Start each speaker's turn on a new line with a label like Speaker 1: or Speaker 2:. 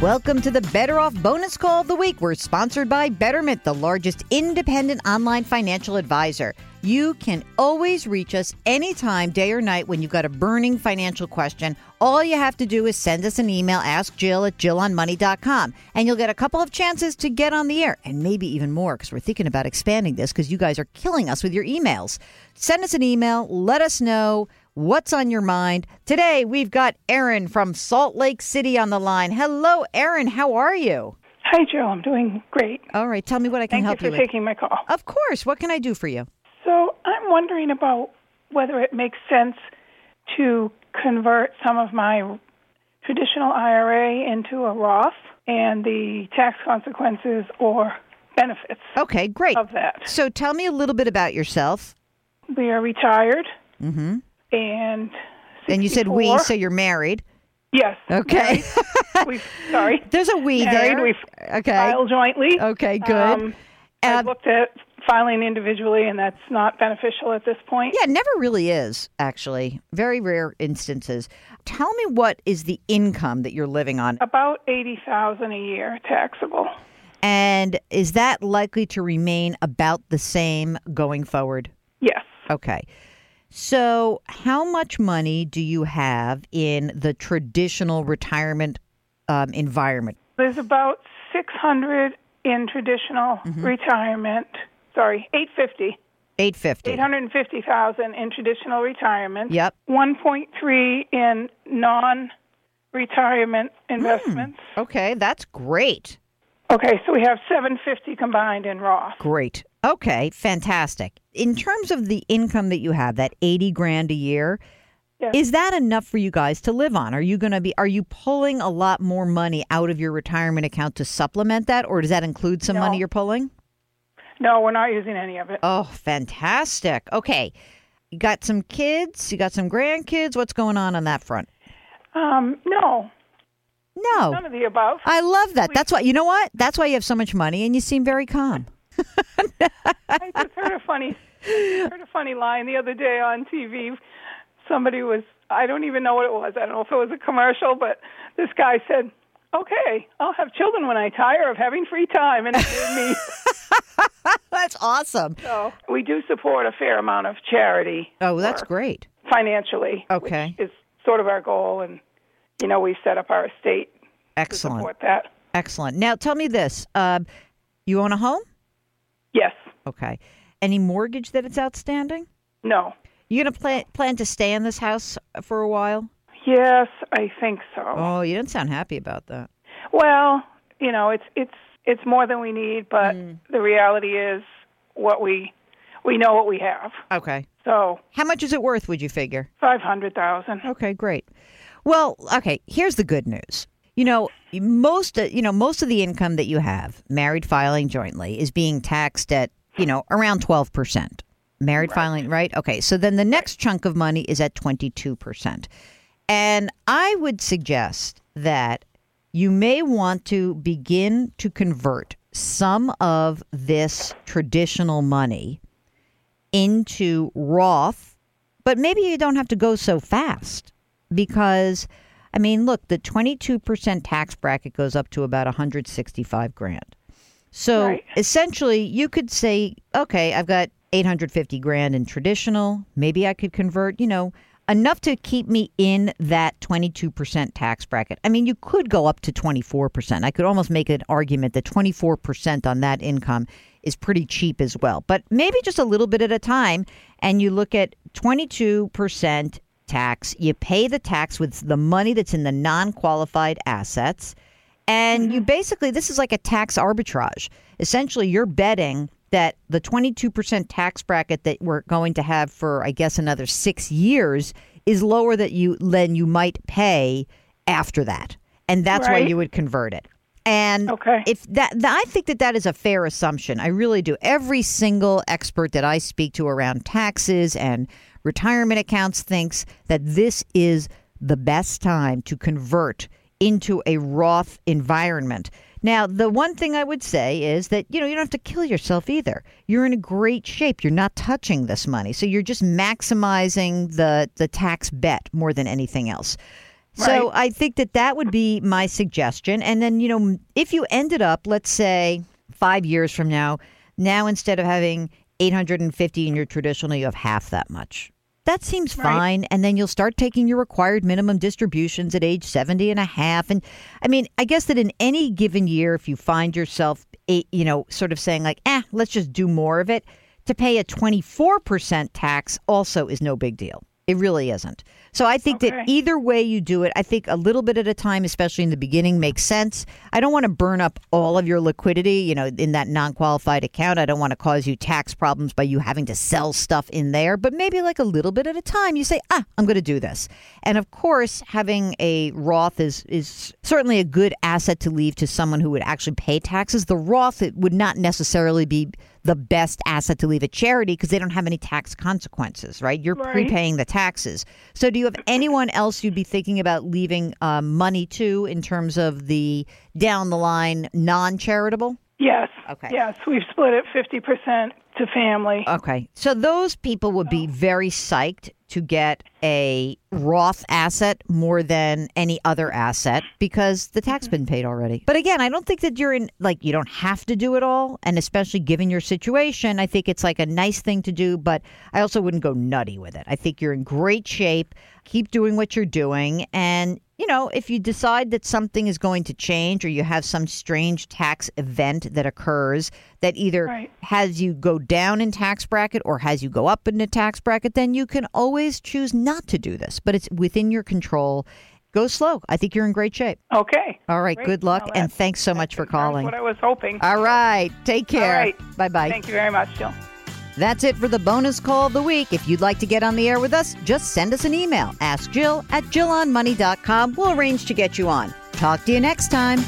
Speaker 1: Welcome to the Better Off Bonus Call of the Week. We're sponsored by Betterment, the largest independent online financial advisor. You can always reach us anytime, day or night, when you've got a burning financial question. All you have to do is send us an email, ask Jill at jillonmoney.com, and you'll get a couple of chances to get on the air, and maybe even more, because we're thinking about expanding this because you guys are killing us with your emails. Send us an email, let us know what's on your mind. Today, we've got Aaron from Salt Lake City on the line. Hello, Aaron. How are you?
Speaker 2: Hi, Joe. I'm doing great.
Speaker 1: All right, tell me what I can
Speaker 2: Thank
Speaker 1: help
Speaker 2: you
Speaker 1: you
Speaker 2: for
Speaker 1: with.
Speaker 2: taking my call.
Speaker 1: Of course. What can I do for you?
Speaker 2: So I'm wondering about whether it makes sense to convert some of my traditional IRA into a Roth and the tax consequences or benefits
Speaker 1: Okay, great.
Speaker 2: of that.
Speaker 1: So tell me a little bit about yourself.
Speaker 2: We are retired
Speaker 1: hmm
Speaker 2: and.
Speaker 1: And you said we,
Speaker 2: 64.
Speaker 1: so you're married.
Speaker 2: yes.
Speaker 1: Okay.
Speaker 2: married. We've, sorry.
Speaker 1: There's a we
Speaker 2: Married.
Speaker 1: there.
Speaker 2: We've
Speaker 1: okay.
Speaker 2: filed jointly.
Speaker 1: Okay, Oh, good.
Speaker 2: Um,
Speaker 1: Uh,
Speaker 2: I've looked at filing individually, and that's not beneficial at this point.
Speaker 1: yeah, it never really is, actually. Very rare instances. Tell me what is the income that you're living on,
Speaker 2: About eighty thousand a year taxable.
Speaker 1: and is that likely to remain about the same going forward?
Speaker 2: Yes,
Speaker 1: Okay. So, how much money do you have in the traditional retirement um, environment?
Speaker 2: there's about six hundred in traditional retirement. Sorry, eight fifty.
Speaker 1: 850.
Speaker 2: Eight hundred and fifty thousand in traditional retirement.
Speaker 1: Yep.
Speaker 2: One point three in non-retirement investments.
Speaker 1: Okay, that's great.
Speaker 2: Okay, so we have seven fifty combined in Roth.
Speaker 1: Great. Okay, fantastic. In terms of the income that you have, that 80 grand a year,
Speaker 2: Yes.
Speaker 1: is that enough for you guys to live on? Are you going to be are you pulling a lot more money out of your retirement account to supplement that or does that include some money
Speaker 2: No.
Speaker 1: you're pulling?
Speaker 2: No, we're not using any of it.
Speaker 1: Oh, fantastic. Okay. You got some kids, you got some grandkids. What's going on on that front?
Speaker 2: Um, no,
Speaker 1: No. Oh.
Speaker 2: none of the above.
Speaker 1: I love that. That's why you know what? That's why you have so much money and you seem very calm.
Speaker 2: I just heard a funny heard a funny line the other day on TV. Somebody was I don't even know what it was. I don't know if it was a commercial, but this guy said, "Okay, I'll have children when I tire of having free time." And it gave me
Speaker 1: That's awesome.
Speaker 2: so we do support a fair amount of charity
Speaker 1: Oh, that's
Speaker 2: work
Speaker 1: great.
Speaker 2: financially.
Speaker 1: Okay.
Speaker 2: which is sort of our goal, and you know we've set up our estate to
Speaker 1: Excellent.
Speaker 2: support that.
Speaker 1: Excellent. Now tell me this: um, you own a home?
Speaker 2: Yes,
Speaker 1: Okay. Any mortgage that it's outstanding?
Speaker 2: no,
Speaker 1: You gonna plan plan to stay in this house for a while?
Speaker 2: yes, I think so.
Speaker 1: Oh, you don't sound happy about that.
Speaker 2: Well, you know, it's it's it's more than we need, but
Speaker 1: Mm.
Speaker 2: the reality is what we we know what we have.
Speaker 1: Okay.
Speaker 2: So
Speaker 1: How much is it worth? Would you figure?
Speaker 2: five hundred thousand.
Speaker 1: Okay, great. Well, okay. Here's the good news. You know, most uh, you know most of the income that you have, married filing jointly, is being taxed at you know around twelve percent. Married filing, right? Okay. So then the next chunk of money is at twenty two percent, and I would suggest that you may want to begin to convert some of this traditional money into Roth, but maybe you don't have to go so fast because I mean, look, the 22% tax bracket goes up to about 165 grand. So
Speaker 2: Right.
Speaker 1: essentially, you could say, okay, I've got 850 grand in traditional. Maybe I could convert, you know, enough to keep me in that 22% tax bracket. I mean, you could go up to 24%. I could almost make an argument that 24% on that income is pretty cheap as well. But maybe just a little bit at a time and you look at 22% tax, you pay the tax with the money that's in the non-qualified assets. And
Speaker 2: Mm-hmm.
Speaker 1: you basically, this is like a tax arbitrage. Essentially, you're betting that the 22% tax bracket that we're going to have for, I guess, another six years is lower that you than you might pay after that. And that's why
Speaker 2: Right.
Speaker 1: you would convert it. And
Speaker 2: Okay.
Speaker 1: if that, th I think that that is a fair assumption. I really do. Every single expert that I speak to around taxes and retirement accounts thinks that this is the best time to convert into a Roth environment. Now, the one thing I would say is that you know you don't have to kill yourself either. You're in a great shape. You're not touching this money, so you're just maximizing the the tax bet more than anything else. So
Speaker 2: Right.
Speaker 1: I think that that would be my suggestion. And then, you know, if you ended up, let's say, five years from now, now instead of having 850 in your traditional, you have half that much. That seems fine. And then you'll start taking your required minimum distributions at age 70 and a half. And I mean, I guess that in any given year, if you find yourself, eh, you know, sort of saying like, eh, let's just do more of it, to pay a 24% tax also is no big deal. It really isn't. So I think
Speaker 2: Okay.
Speaker 1: that either way you do it, I think a little bit at a time, especially in the beginning, makes sense. I don't want to burn up all of your liquidity, you know, in that non qualified account. I don't want to cause you tax problems by you having to sell stuff in there, but maybe like a little bit at a time, you say, ah, I'm going to do this. And of course, having a Roth is, is certainly a good asset to leave to someone who would actually pay taxes. The Roth it would not necessarily be the best asset to leave at charity because they don't have any tax consequences, right? You're
Speaker 2: Right.
Speaker 1: prepaying the taxes. So, do you have anyone else you'd be thinking about leaving uh, money to in terms of the down the line non charitable?
Speaker 2: Yes.
Speaker 1: Okay. Uh,
Speaker 2: Yes, we've split it 50% to family.
Speaker 1: Okay. So those people would be very psyched to get a Roth asset more than any other asset because the tax been paid already. But again, I don't think that you're in like you don't have to do it all and especially given your situation, I think it's like a nice thing to do, but I also wouldn't go nutty with it. I think you're in great shape. Keep doing what you're doing and you know, if you decide that something is going to change or you have some strange tax event that occurs that either
Speaker 2: Right.
Speaker 1: has you go down in tax bracket or has you go up in the tax bracket, then you can always choose not to do this, but it's within your control. Go slow. I think you're in great shape.
Speaker 2: Okay.
Speaker 1: All right.
Speaker 2: Great.
Speaker 1: Good luck.
Speaker 2: Now
Speaker 1: And
Speaker 2: that-
Speaker 1: thanks so much for
Speaker 2: that confirms
Speaker 1: calling.
Speaker 2: What I was hoping.
Speaker 1: All right. Take care.
Speaker 2: All right.
Speaker 1: Bye bye.
Speaker 2: Thank you very much, Jill.
Speaker 1: That's it for the bonus call of the week. If you'd like to get on the air with us, just send us an email. Ask Jill at JillOnMoney.com. We'll arrange to get you on. Talk to you next time.